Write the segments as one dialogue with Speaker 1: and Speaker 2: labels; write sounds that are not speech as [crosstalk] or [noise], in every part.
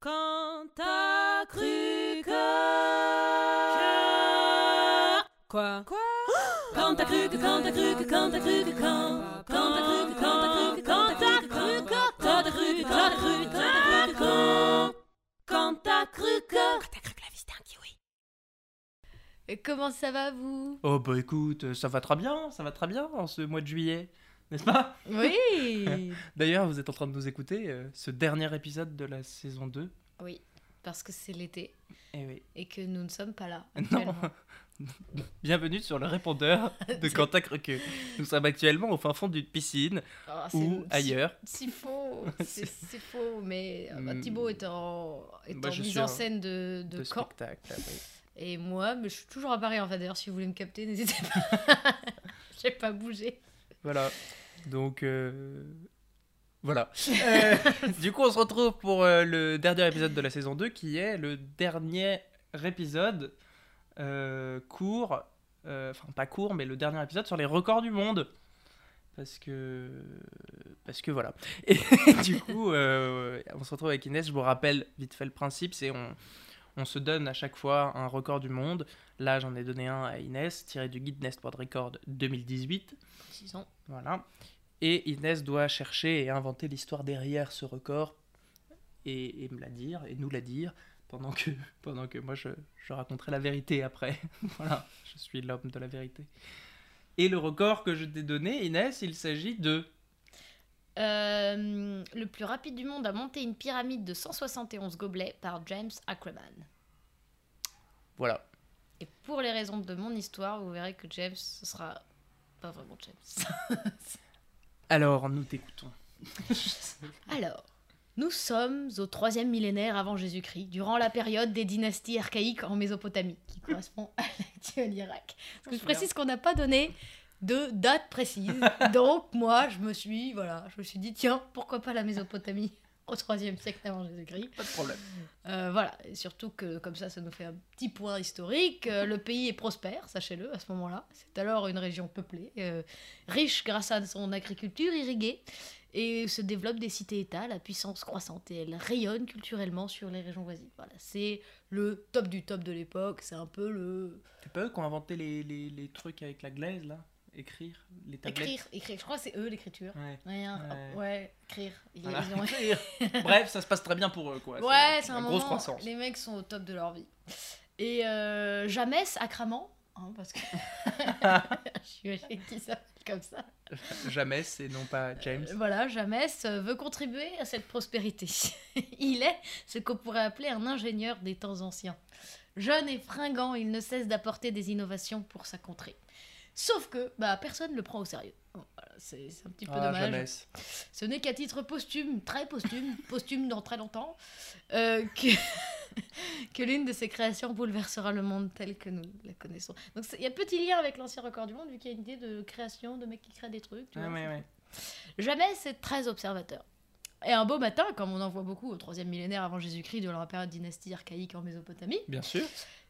Speaker 1: Quand t'as cru que... Quoi [gasps] Quand t'as cru que, quand t'as cru que, quand t'as cru que, quand... Quand t'as cru que, quand t'as cru que, quand t'as cru que... Quand t'as cru que, quand t'as cru que, quand t'as cru que, quand... Quand t'as cru que... Quand t'as cru que la vie c'était un kiwi.
Speaker 2: Et Comment ça va vous
Speaker 3: Oh bah écoute, ça va très bien, ça va très bien en ce mois de juillet, n'est-ce pas
Speaker 2: Oui
Speaker 3: D'ailleurs, vous êtes en train de nous écouter euh, ce dernier épisode de la saison 2.
Speaker 2: Oui, parce que c'est l'été
Speaker 3: Eh oui.
Speaker 2: et que nous ne sommes pas là.
Speaker 3: Non [laughs]
Speaker 2: actuellement.
Speaker 3: Bienvenue sur le répondeur [laughs] de Quentin Croqueux. Nous sommes actuellement au fin fond d'une piscine
Speaker 2: Oh, c'est-
Speaker 3: ou
Speaker 2: c'est-
Speaker 3: ailleurs. [laughs]
Speaker 2: C'est faux, c'est c'est faux, mais euh, bah,
Speaker 3: Hmm.
Speaker 2: Thibaut est en, est
Speaker 3: Bah,
Speaker 2: en
Speaker 3: je
Speaker 2: mise
Speaker 3: suis
Speaker 2: en
Speaker 3: un-
Speaker 2: scène de, de,
Speaker 3: De
Speaker 2: Caen.
Speaker 3: spectacle. oui.
Speaker 2: Et moi, mais je suis toujours à Paris en fait. D'ailleurs, si vous voulez me capter, [laughs] n'hésitez pas. [laughs] J'ai pas bougé.
Speaker 3: Voilà. Donc, euh, voilà. Euh, du coup, on se retrouve pour euh, le dernier épisode de la saison 2 qui est le dernier épisode euh, court, euh, enfin pas court, mais le dernier épisode sur les records du monde. Parce que. Parce que voilà. [laughs] Et du coup, euh, on se retrouve avec Inès. Je vous rappelle vite fait le principe c'est on, on se donne à chaque fois un record du monde. Là, j'en ai donné un à Inès, tiré du guide Nest World Record 2018.
Speaker 2: Précisons.
Speaker 3: Voilà. Et Inès doit chercher et inventer l'histoire derrière ce record et, et me la dire, et nous la dire, pendant que, [laughs] pendant que moi je, je raconterai la vérité après. [laughs] voilà, je suis l'homme de la vérité. Et le record que je t'ai donné, Inès, il s'agit de...
Speaker 2: Euh, le plus rapide du monde a monté une pyramide de 171 gobelets par James Ackerman.
Speaker 3: Voilà.
Speaker 2: Et pour les raisons de mon histoire, vous verrez que James, ce sera pas vraiment James.
Speaker 3: Alors, nous t'écoutons.
Speaker 2: Alors, nous sommes au troisième millénaire avant Jésus-Christ, durant la période des dynasties archaïques en Mésopotamie, qui correspond à l'actuel Irak. Parce que je précise qu'on n'a pas donné de date précise. Donc moi, je me suis, voilà, je me suis dit, tiens, pourquoi pas la Mésopotamie au troisième siècle avant Jésus-Christ
Speaker 3: Pas de problème.
Speaker 2: Euh, voilà, Et surtout que comme ça, ça nous fait un petit point historique. Euh, le pays est prospère, sachez-le, à ce moment-là. C'est alors une région peuplée, euh, riche grâce à son agriculture irriguée, et se développe des cités-États, la puissance croissante, et elle rayonne culturellement sur les régions voisines. Voilà, c'est le top du top de l'époque, c'est un peu le...
Speaker 3: C'est pas eux qui ont inventé les, les, les trucs avec la glaise, là Écrire Les tablettes
Speaker 2: Écrire, écrire, je crois que c'est eux l'écriture.
Speaker 3: Ouais.
Speaker 2: Ouais, hein,
Speaker 3: Ouais.
Speaker 2: oh, ouais, écrire. Ils-
Speaker 3: Voilà. [laughs]
Speaker 2: ils ont-
Speaker 3: Écrire. Bref, ça se passe très bien pour eux, quoi.
Speaker 2: Ouais, c'est un
Speaker 3: une
Speaker 2: moment.
Speaker 3: grosse croissance.
Speaker 2: Les mecs sont au top de leur vie. Et euh, James à Craman, hein,
Speaker 3: [laughs]
Speaker 2: parce que je suis allée qui s'appelle comme ça.
Speaker 3: [laughs] Jamais, c'est non pas James.
Speaker 2: Voilà, James euh, veut contribuer à cette prospérité. [laughs] il est ce qu'on pourrait appeler un ingénieur des temps anciens. Jeune et fringant, il ne cesse d'apporter des innovations pour sa contrée. Sauf que, bah, personne le prend au sérieux. Bon, voilà, c'est c'est un petit peu
Speaker 3: Ah,
Speaker 2: dommage.
Speaker 3: James.
Speaker 2: Ce n'est qu'à titre posthume, très posthume, [laughs] posthume dans très longtemps, euh, que, [laughs] que l'une de ses créations bouleversera le monde tel que nous la connaissons. Donc c'est- il y a petit lien avec l'ancien record du monde, vu qu'il y a une idée de création, de mecs qui créent des trucs. tu
Speaker 3: Ah,
Speaker 2: vois,
Speaker 3: ouais,
Speaker 2: c'est-
Speaker 3: ouais.
Speaker 2: Jamais c'est très observateur. Et un beau matin, comme on en voit beaucoup au troisième millénaire avant Jésus-Christ, durant la période dynastie archaïque en Mésopotamie,
Speaker 3: Bien sûr.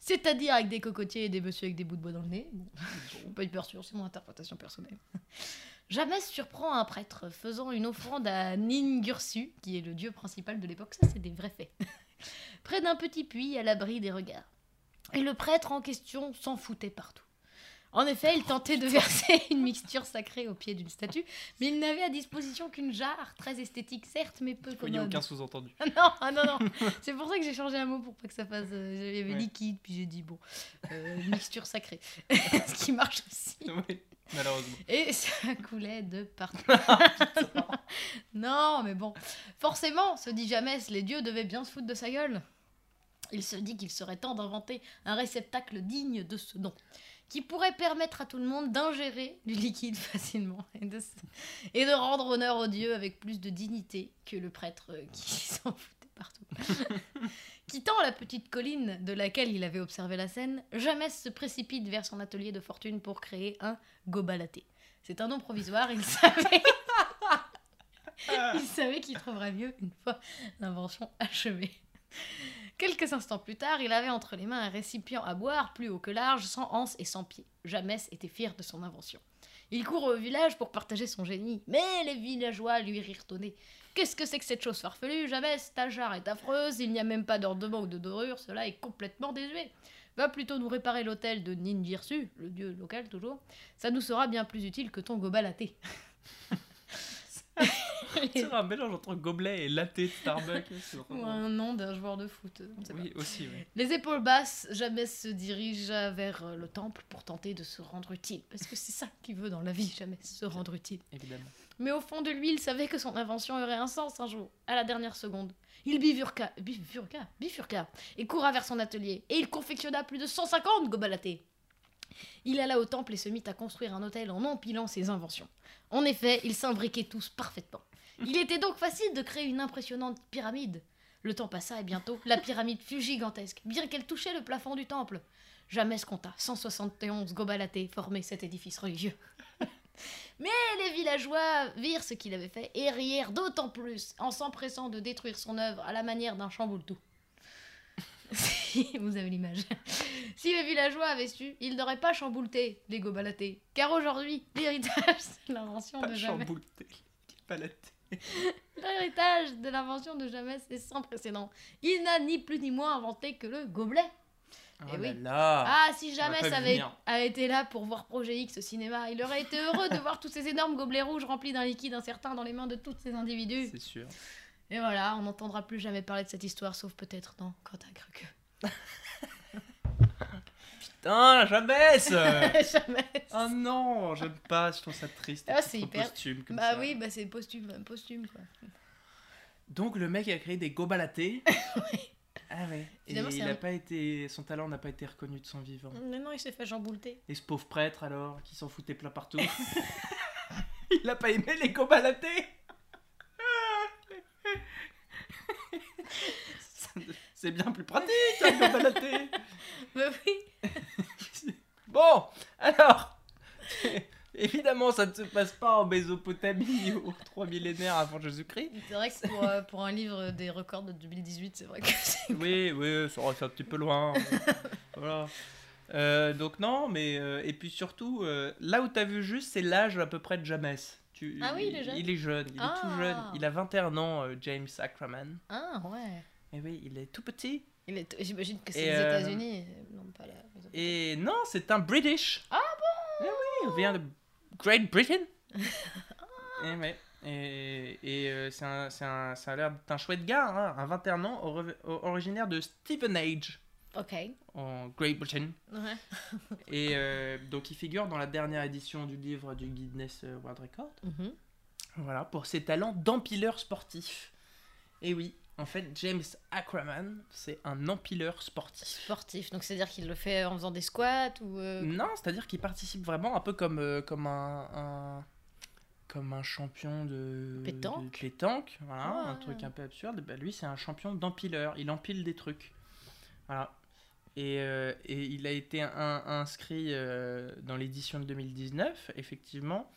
Speaker 2: c'est-à-dire avec des cocotiers et des messieurs avec des bouts de bois dans le nez. Bon, je suis pas hyper sûre, c'est mon interprétation personnelle. Jamais surprend un prêtre faisant une offrande à Ningursu, qui est le dieu principal de l'époque, ça c'est des vrais faits, près d'un petit puits à l'abri des regards. Et le prêtre en question s'en foutait partout. En effet, il tentait
Speaker 3: Oh,
Speaker 2: de verser [laughs] une mixture sacrée au pied d'une statue, mais il n'avait à disposition qu'une jarre, très esthétique certes, mais peu
Speaker 3: Il n'y a
Speaker 2: commode.
Speaker 3: aucun
Speaker 2: [laughs]
Speaker 3: sous-entendu. [laughs]
Speaker 2: Ah non, ah non, non. C'est pour ça que j'ai changé un mot pour pas que ça fasse. euh, J'avais
Speaker 3: Ouais.
Speaker 2: liquide, puis j'ai dit bon, euh, mixture sacrée. [laughs] Ce qui marche aussi.
Speaker 3: Oui, malheureusement.
Speaker 2: Et [laughs] ça coulait de partout. [laughs] non, mais bon. Forcément, se dit James, les dieux devaient bien se foutre de sa gueule. Il se dit qu'il serait temps d'inventer un réceptacle digne de ce nom, qui pourrait permettre à tout le monde d'ingérer du liquide [laughs] facilement et de, se- et de rendre honneur aux dieux avec plus de dignité que le prêtre euh, qui [laughs] s'en foutait partout. Quittant la petite colline de laquelle il avait observé la scène, James se précipite vers son atelier de fortune pour créer un gobalaté. C'est un nom provisoire, il savait. il savait qu'il trouverait mieux une fois l'invention achevée. Quelques instants plus tard, il avait entre les mains un récipient à boire plus haut que large, sans anse et sans pied. James était fier de son invention. Il court au village pour partager son génie, mais les villageois lui rirent au nez. Qu'est-ce que c'est que cette chose farfelue Jamais, ta jarre est affreuse, il n'y a même pas d'ornement ou de dorure, cela est complètement désuet. Va plutôt nous réparer l'hôtel de Ninjirsu, le dieu local toujours, ça nous sera bien plus utile que ton goba [laughs] laté.
Speaker 3: C'est un mélange entre gobelet et latte de Starbucks. c'est
Speaker 2: Ou
Speaker 3: vraiment-
Speaker 2: un nom d'un joueur de foot, euh, on sait pas.
Speaker 3: Oui, aussi, oui.
Speaker 2: Les épaules basses, Jamais se dirige vers euh, le temple pour tenter de se rendre utile. Parce que c'est ça qu'il veut dans la vie, Jamais se rendre utile.
Speaker 3: évidemment.
Speaker 2: Mais au fond de lui, il savait que son invention aurait un sens un jour, à la dernière seconde. Il bifurqua, bifurqua, bifurqua, et coura vers son atelier. Et il confectionna plus de 150 gobalatés. Il alla au temple et se mit à construire un hôtel en empilant ses inventions. En effet, ils s'imbriquaient tous parfaitement. Il était donc facile de créer une impressionnante pyramide. Le temps passa et bientôt, la pyramide fut gigantesque, bien qu'elle touchait le plafond du temple. Jamais se compta 171 gobalatés former cet édifice religieux. [laughs] Et les villageois virent ce qu'il avait fait et rirent d'autant plus en s'empressant de détruire son œuvre à la manière d'un chamboule-tout. [laughs] si vous avez l'image. Si les villageois avaient su, ils n'auraient pas chamboulté les gobalatés. Car aujourd'hui, l'héritage [laughs] de l'invention
Speaker 3: Pas
Speaker 2: de jamais.
Speaker 3: chambouleté, pas la tête.
Speaker 2: L'héritage de l'invention de jamais, c'est sans précédent. Il n'a ni plus ni moins inventé que le gobelet.
Speaker 3: Oh
Speaker 2: oui.
Speaker 3: là là
Speaker 2: Ah, si
Speaker 3: on l'a
Speaker 2: jamais
Speaker 3: pas
Speaker 2: ça
Speaker 3: vu
Speaker 2: avait
Speaker 3: venir.
Speaker 2: a été là pour voir Projet X au cinéma, il aurait été heureux de voir tous ces énormes gobelets rouges remplis d'un liquide incertain dans les mains de tous ces individus.
Speaker 3: C'est sûr.
Speaker 2: Et voilà, on n'entendra plus jamais parler de cette histoire, sauf peut-être dans Quentin Cruqueux.
Speaker 3: [laughs] Putain, la
Speaker 2: [laughs]
Speaker 3: jeunesse
Speaker 2: jamais.
Speaker 3: Oh non, j'aime pas, je trouve ça triste.
Speaker 2: Ah, c'est
Speaker 3: Trop
Speaker 2: hyper-
Speaker 3: posthume comme
Speaker 2: Bah
Speaker 3: ça.
Speaker 2: oui, bah c'est posthume, posthume quoi.
Speaker 3: Donc le mec a créé des
Speaker 2: [laughs]
Speaker 3: gobalatés. ah ouais. Et
Speaker 2: Finalement, c'est
Speaker 3: il
Speaker 2: un-
Speaker 3: a pas été, son talent n'a pas été reconnu de son vivant.
Speaker 2: Mais non, il s'est fait jamboulter.
Speaker 3: Et ce pauvre prêtre alors, qui s'en foutait plein partout. [laughs] il a pas aimé les gobalatés. Ça ne- [laughs] c'est bien plus pratique hein, un gobalaté.
Speaker 2: Bah oui.
Speaker 3: Bon, alors, [laughs] évidemment, ça ne se passe pas en Mésopotamie ou trois millénaires avant Jésus-Christ.
Speaker 2: C'est vrai que pour, euh, pour un livre des records de 2018, c'est vrai que c'est.
Speaker 3: Oui, oui, ça aurait fait un petit peu
Speaker 2: [laughs]
Speaker 3: loin. voilà. Euh, donc non, mais euh, et puis surtout, euh, là où t'as vu juste, c'est l'âge à peu près de James. Tu-
Speaker 2: Ah oui, il est jeune.
Speaker 3: Il est jeune, il est tout
Speaker 2: Ah.
Speaker 3: jeune. Il a 21 ans, euh, James Ackerman.
Speaker 2: Ah ouais.
Speaker 3: Et oui, il est tout petit.
Speaker 2: Il est- J'imagine que c'est
Speaker 3: Et,
Speaker 2: les
Speaker 3: euh,
Speaker 2: États-Unis, non pas la.
Speaker 3: Et non, c'est un British. Ah bon oui, il vient de Great
Speaker 2: [laughs]
Speaker 3: Britain. et ouais. Et, et, euh, c'est un, c'est un, ça a l'air d'être un chouette gars, hein, un 21 ans, ori- originaire de Stevenage,
Speaker 2: Ok.
Speaker 3: en Great Britain.
Speaker 2: Ouais.
Speaker 3: Et euh, donc il figure dans la dernière édition du livre du Guinness euh, World Record.
Speaker 2: Mhm.
Speaker 3: Voilà, pour ses talents d'empileur sportif. Et oui, en fait, James Ackerman, c'est un empileur sportif.
Speaker 2: Sportif, donc c'est-à-dire qu'il le fait en faisant des squats ou. euh,
Speaker 3: Non, c'est-à-dire qu'il participe vraiment un peu comme, euh, comme un, un- comme un champion de
Speaker 2: Pétanque.
Speaker 3: de pétanque, voilà,
Speaker 2: Ah Ouais.
Speaker 3: un truc un peu absurde. Bah, lui, c'est un champion d'empileur. Il empile des trucs. Voilà. Et, euh, et il a été un- inscrit euh, dans l'édition de 2019, effectivement,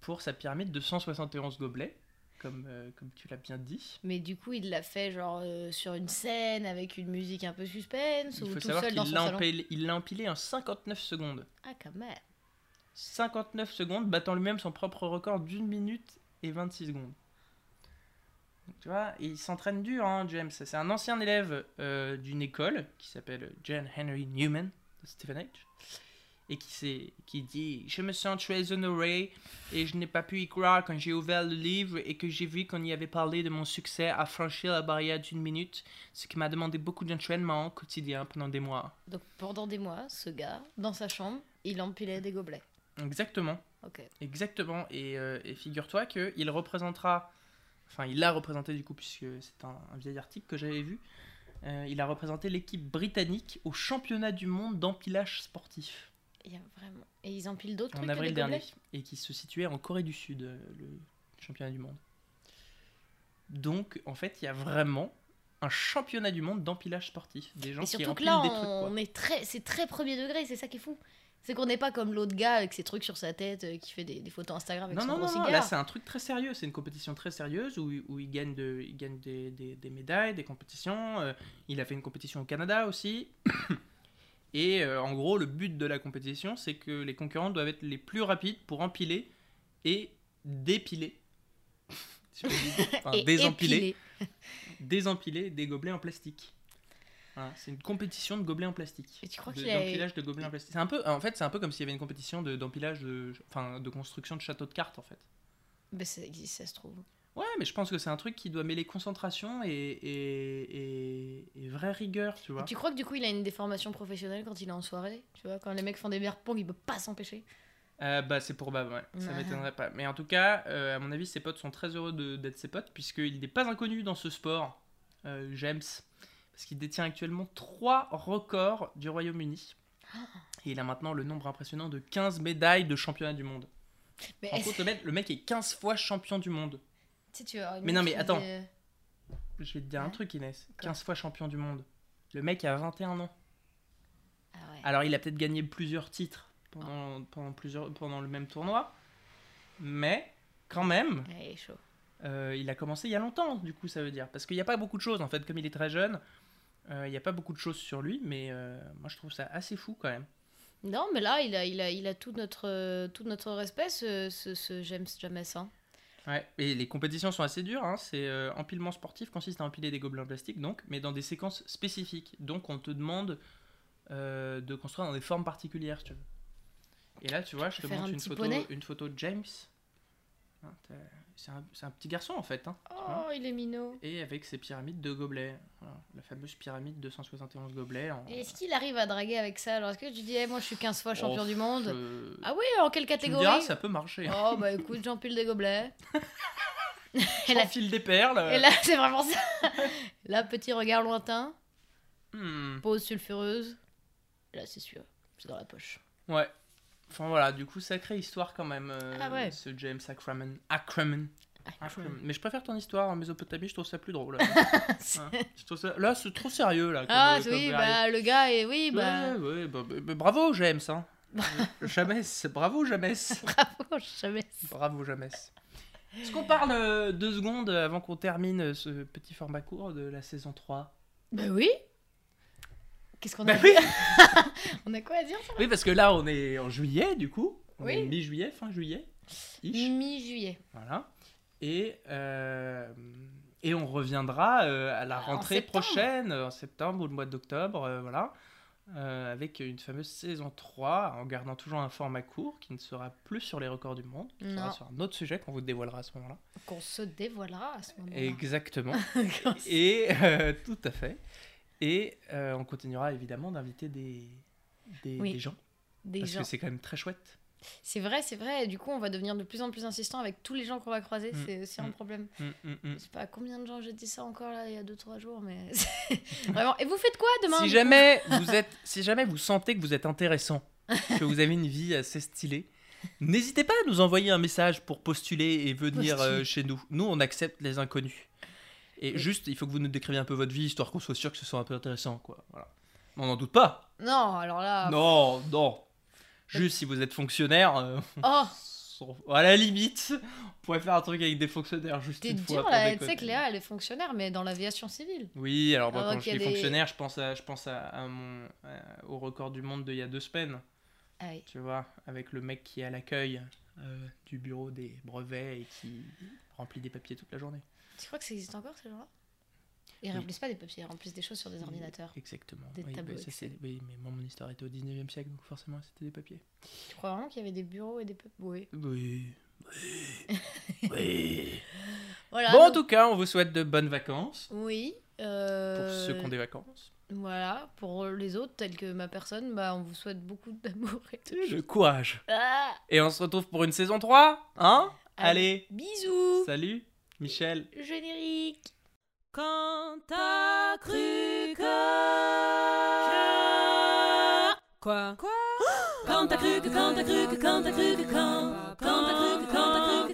Speaker 3: pour sa pyramide de 171 gobelets, comme, euh, comme tu l'as bien dit.
Speaker 2: Mais du coup, il l'a fait genre euh, sur une scène avec une musique un peu suspense
Speaker 3: Il
Speaker 2: ou
Speaker 3: faut
Speaker 2: tout
Speaker 3: savoir
Speaker 2: seul dans
Speaker 3: qu'il
Speaker 2: son
Speaker 3: l'a
Speaker 2: salon.
Speaker 3: empilé, il l'a empilé en 59 secondes.
Speaker 2: Ah quand même.
Speaker 3: 59 secondes, battant lui-même son propre record d'une minute et 26 secondes. Donc, tu vois, il s'entraîne dur, hein, James. C'est un ancien élève euh, d'une école qui s'appelle John Henry Newman de Stevenage et qui, s'est- qui dit Je me sens très honoré et je n'ai pas pu y croire quand j'ai ouvert le livre et que j'ai vu qu'on y avait parlé de mon succès à franchir la barrière d'une minute, ce qui m'a demandé beaucoup d'entraînement quotidien pendant des mois.
Speaker 2: Donc pendant des mois, ce gars, dans sa chambre, il empilait des gobelets.
Speaker 3: Exactement.
Speaker 2: Ok.
Speaker 3: Exactement, et, euh, et figure-toi qu'il représentera, enfin il a représenté du coup, puisque c'est un, un vieil article que j'avais vu, euh, il a représenté l'équipe britannique au championnat du monde d'empilage sportif
Speaker 2: Il y a vraiment. Et ils empilent d'autres trucs.
Speaker 3: en
Speaker 2: que
Speaker 3: avril
Speaker 2: des
Speaker 3: dernier,
Speaker 2: gobelets
Speaker 3: et qui se situait en Corée du Sud, euh, le championnat du monde. Donc en fait, il y a vraiment un championnat du monde d'empilage sportif, des gens
Speaker 2: Et
Speaker 3: qui
Speaker 2: surtout que
Speaker 3: empilent
Speaker 2: là,
Speaker 3: des trucs. quoi.
Speaker 2: on est très, c'est très premier degré, c'est ça qui est fou. C'est qu'on n'est pas comme l'autre gars avec ses trucs sur sa tête euh, qui fait des, des photos Instagram avec
Speaker 3: Non,
Speaker 2: son
Speaker 3: non,
Speaker 2: gros
Speaker 3: non, non, là
Speaker 2: cigare.
Speaker 3: c'est un truc très sérieux, c'est une compétition très sérieuse où, où il gagne, de, il gagne des, des- des médailles, des compétitions. euh, il a fait une compétition au Canada aussi. [coughs] Et euh, en gros, le but de la compétition, c'est que les concurrents doivent être les plus rapides pour empiler et dépiler. [laughs] Si on dit- enfin,
Speaker 2: Et
Speaker 3: désempiler,
Speaker 2: épilé.
Speaker 3: désempiler des gobelets en plastique. Voilà, c'est une compétition de gobelets en plastique.
Speaker 2: Et tu crois
Speaker 3: De-
Speaker 2: qu'il a-
Speaker 3: D'empilage de gobelets en plastique. C'est un peu, en fait, c'est un peu comme s'il y avait une compétition de- d'empilage de, enfin, de construction de châteaux de cartes, en fait.
Speaker 2: Bah, ça existe, ça se trouve.
Speaker 3: Ouais, mais je pense que c'est un truc qui doit mêler concentration et, et, et, et vraie rigueur, tu vois.
Speaker 2: Tu crois que du coup, il a une déformation professionnelle quand il est en soirée Tu vois, quand les mecs font des bières pong, il peut pas s'empêcher.
Speaker 3: Euh, bah, c'est pour Bab, ouais. Ça
Speaker 2: Ouais.
Speaker 3: m'étonnerait pas. Mais en tout cas, euh, à mon avis, ses potes sont très heureux de- d'être ses potes, puisqu'il n'est pas inconnu dans ce sport, euh, James. Parce qu'il détient actuellement trois records du Royaume-Uni. Et il a maintenant le nombre impressionnant de 15 médailles de championnat du monde.
Speaker 2: Mais
Speaker 3: En
Speaker 2: est-ce-
Speaker 3: compte, le mec, le mec est 15 fois champion du monde.
Speaker 2: tu sais, tu vas avoir une
Speaker 3: Mais non, mais
Speaker 2: petite,
Speaker 3: attends.
Speaker 2: euh,
Speaker 3: Je vais te dire un
Speaker 2: Ouais.
Speaker 3: truc, Inès.
Speaker 2: Quoi
Speaker 3: 15 fois champion du monde. Le mec a 21 ans.
Speaker 2: Ah ouais.
Speaker 3: Alors, il a peut-être gagné plusieurs titres pendant, pendant, plusieurs, pendant le même tournoi. Mais, quand même,
Speaker 2: Ouais, il est chaud.
Speaker 3: Euh, il a commencé il y a longtemps, du coup, ça veut dire. Parce qu'il n'y a pas beaucoup de choses, en fait, comme il est très jeune, euh, il n'y a pas beaucoup de choses sur lui, mais euh, moi je trouve ça assez fou quand même.
Speaker 2: Non, mais là, il a, il a, il a tout, notre, euh, tout notre respect, ce, ce, ce James James. hein.
Speaker 3: Ouais. Et les compétitions sont assez dures, hein. c'est euh, empilement sportif, consiste à empiler des gobelets en plastique, donc, mais dans des séquences spécifiques. Donc on te demande euh, de construire dans des formes particulières, si tu veux. Et là, tu vois, je te
Speaker 2: Faire
Speaker 3: montre
Speaker 2: un
Speaker 3: une
Speaker 2: petit
Speaker 3: photo,
Speaker 2: poney
Speaker 3: une photo de James. Hein, t'as- C'est un, c'est un petit garçon en fait. hein.
Speaker 2: Oh, il est minot.
Speaker 3: Et avec ses pyramides de gobelets. Voilà, la fameuse pyramide 271 gobelets. En...
Speaker 2: Et Est-ce qu'il arrive à draguer avec ça Alors, est-ce que tu dis, eh, moi, je suis 15 fois champion
Speaker 3: Oh,
Speaker 2: du monde
Speaker 3: je-
Speaker 2: Ah oui, en quelle
Speaker 3: Tu me
Speaker 2: catégorie
Speaker 3: diras, ça peut marcher. hein.
Speaker 2: Oh, bah écoute, j'empile
Speaker 3: [laughs]
Speaker 2: des gobelets.
Speaker 3: Elle
Speaker 2: elle a-
Speaker 3: file des perles.
Speaker 2: Et là, [laughs] c'est vraiment ça. Là, petit regard lointain,
Speaker 3: Hmm,
Speaker 2: pose sulfureuse. Là, c'est sûr, c'est dans la poche.
Speaker 3: Ouais. Enfin voilà, du coup, sacrée histoire quand même. euh,
Speaker 2: Ah ouais.
Speaker 3: Ce James Ackerman. Ackerman.
Speaker 2: Ah,
Speaker 3: Ackerman.
Speaker 2: cool.
Speaker 3: Mais je préfère ton histoire en Mésopotamie, je trouve ça plus
Speaker 2: [laughs]
Speaker 3: drôle. Là,
Speaker 2: C'est-
Speaker 3: Hein, je trouve ça- là, c'est trop sérieux. Là, comme- euh,
Speaker 2: Ah,
Speaker 3: comme
Speaker 2: oui,
Speaker 3: variété.
Speaker 2: bah le gars, est... oui, bah.
Speaker 3: Ouais, ouais, bah, bah, bah, bravo, James. Hein. Euh, James, bravo, James.
Speaker 2: [laughs] Bravo, je savais.
Speaker 3: bravo, James. Est-ce qu'on parle euh, deux secondes avant qu'on termine euh, ce petit format court de la saison 3
Speaker 2: Bah oui Qu'est-ce qu'on
Speaker 3: Bah
Speaker 2: a
Speaker 3: oui.
Speaker 2: [laughs] On a quoi à dire ça
Speaker 3: Oui, parce que là, on est en juillet, du coup. On est
Speaker 2: Oui.
Speaker 3: Mi-juillet, fin juillet. Ish.
Speaker 2: Mi-juillet.
Speaker 3: Voilà. Et, euh, et on reviendra euh, à la
Speaker 2: En
Speaker 3: rentrée
Speaker 2: septembre.
Speaker 3: prochaine, euh, en septembre ou le mois d'octobre, euh, voilà. Euh, avec une fameuse saison 3, en gardant toujours un format court qui ne sera plus sur les records du monde, qui sera
Speaker 2: Non.
Speaker 3: sur un autre sujet qu'on vous dévoilera à ce moment-là.
Speaker 2: Qu'on se dévoilera à ce moment-là. [laughs]
Speaker 3: Exactement.
Speaker 2: Quand c'est-
Speaker 3: et euh, tout à fait. Et euh, on continuera évidemment d'inviter des, des,
Speaker 2: Oui,
Speaker 3: des gens,
Speaker 2: Des
Speaker 3: parce
Speaker 2: gens.
Speaker 3: que c'est quand même très chouette.
Speaker 2: C'est vrai, c'est vrai. Et du coup, on va devenir de plus en plus insistant avec tous les gens qu'on va croiser.
Speaker 3: Mm.
Speaker 2: C'est aussi un
Speaker 3: Mm.
Speaker 2: problème.
Speaker 3: Mm, mm, mm.
Speaker 2: Je sais pas à combien de gens j'ai dit ça encore là il y a 2-3 jours, mais. [laughs] c'est- Vraiment. Et vous faites quoi demain
Speaker 3: Si
Speaker 2: du
Speaker 3: jamais vous êtes, si jamais vous sentez que vous êtes intéressant, que vous avez une vie assez stylée, n'hésitez pas à nous envoyer un message pour postuler et venir
Speaker 2: Postuler.
Speaker 3: euh, chez nous. Nous, on accepte les inconnus. Et
Speaker 2: Oui.
Speaker 3: juste, il faut que vous nous décriviez un peu votre vie, histoire qu'on soit sûr que ce soit un peu intéressant, quoi. Voilà. Mais On n'en doute pas.
Speaker 2: coup Non, alors là.
Speaker 3: Non, non. Juste si vous êtes fonctionnaire, euh, [laughs]
Speaker 2: Oh
Speaker 3: à la limite, on pourrait faire un truc avec des fonctionnaires juste
Speaker 2: T'es
Speaker 3: une fois.
Speaker 2: dur
Speaker 3: pour
Speaker 2: là, tu
Speaker 3: déconner.
Speaker 2: sais que Léa elle est fonctionnaire, mais dans l'aviation civile.
Speaker 3: Oui, alors moi,
Speaker 2: Alors
Speaker 3: quand je
Speaker 2: qu'il y
Speaker 3: dis
Speaker 2: a des-
Speaker 3: fonctionnaire, je pense, à, je pense à, à mon, à- au record du monde d'il y a deux semaines,
Speaker 2: Ah oui.
Speaker 3: tu vois, avec le mec qui est à l'accueil euh, du bureau des brevets et qui remplit des papiers toute la journée.
Speaker 2: Tu crois que ça existe encore ces gens-là Ils
Speaker 3: Oui.
Speaker 2: remplissent pas des papiers, ils remplissent des choses sur des ordinateurs.
Speaker 3: Exactement.
Speaker 2: Des
Speaker 3: oui,
Speaker 2: tableaux
Speaker 3: bah, ça, c'est- oui, mais moi, mon histoire était au 19e siècle, donc forcément, c'était des papiers.
Speaker 2: Tu crois vraiment qu'il y avait des bureaux et des peuples Oui.
Speaker 3: Oui.
Speaker 2: [laughs]
Speaker 3: Oui. oui.
Speaker 2: Voilà.
Speaker 3: bon, en
Speaker 2: donc-
Speaker 3: tout cas, on vous souhaite de bonnes vacances.
Speaker 2: Oui.
Speaker 3: Pour
Speaker 2: euh,
Speaker 3: ceux qui ont des vacances.
Speaker 2: Voilà. Pour les autres, tels que ma personne, bah, on vous souhaite beaucoup [laughs] d'amour et de.
Speaker 3: Le courage.
Speaker 2: Ah
Speaker 3: Et on se retrouve pour une saison 3, hein Allez,
Speaker 2: Bisous
Speaker 3: salut, Michel.
Speaker 2: Générique
Speaker 1: Quand t'as cru que... Quoi Quand t'as cru que, quand t'as cru que, quand t'as cru que, quand Quand t'as cru que, quand t'as cru que,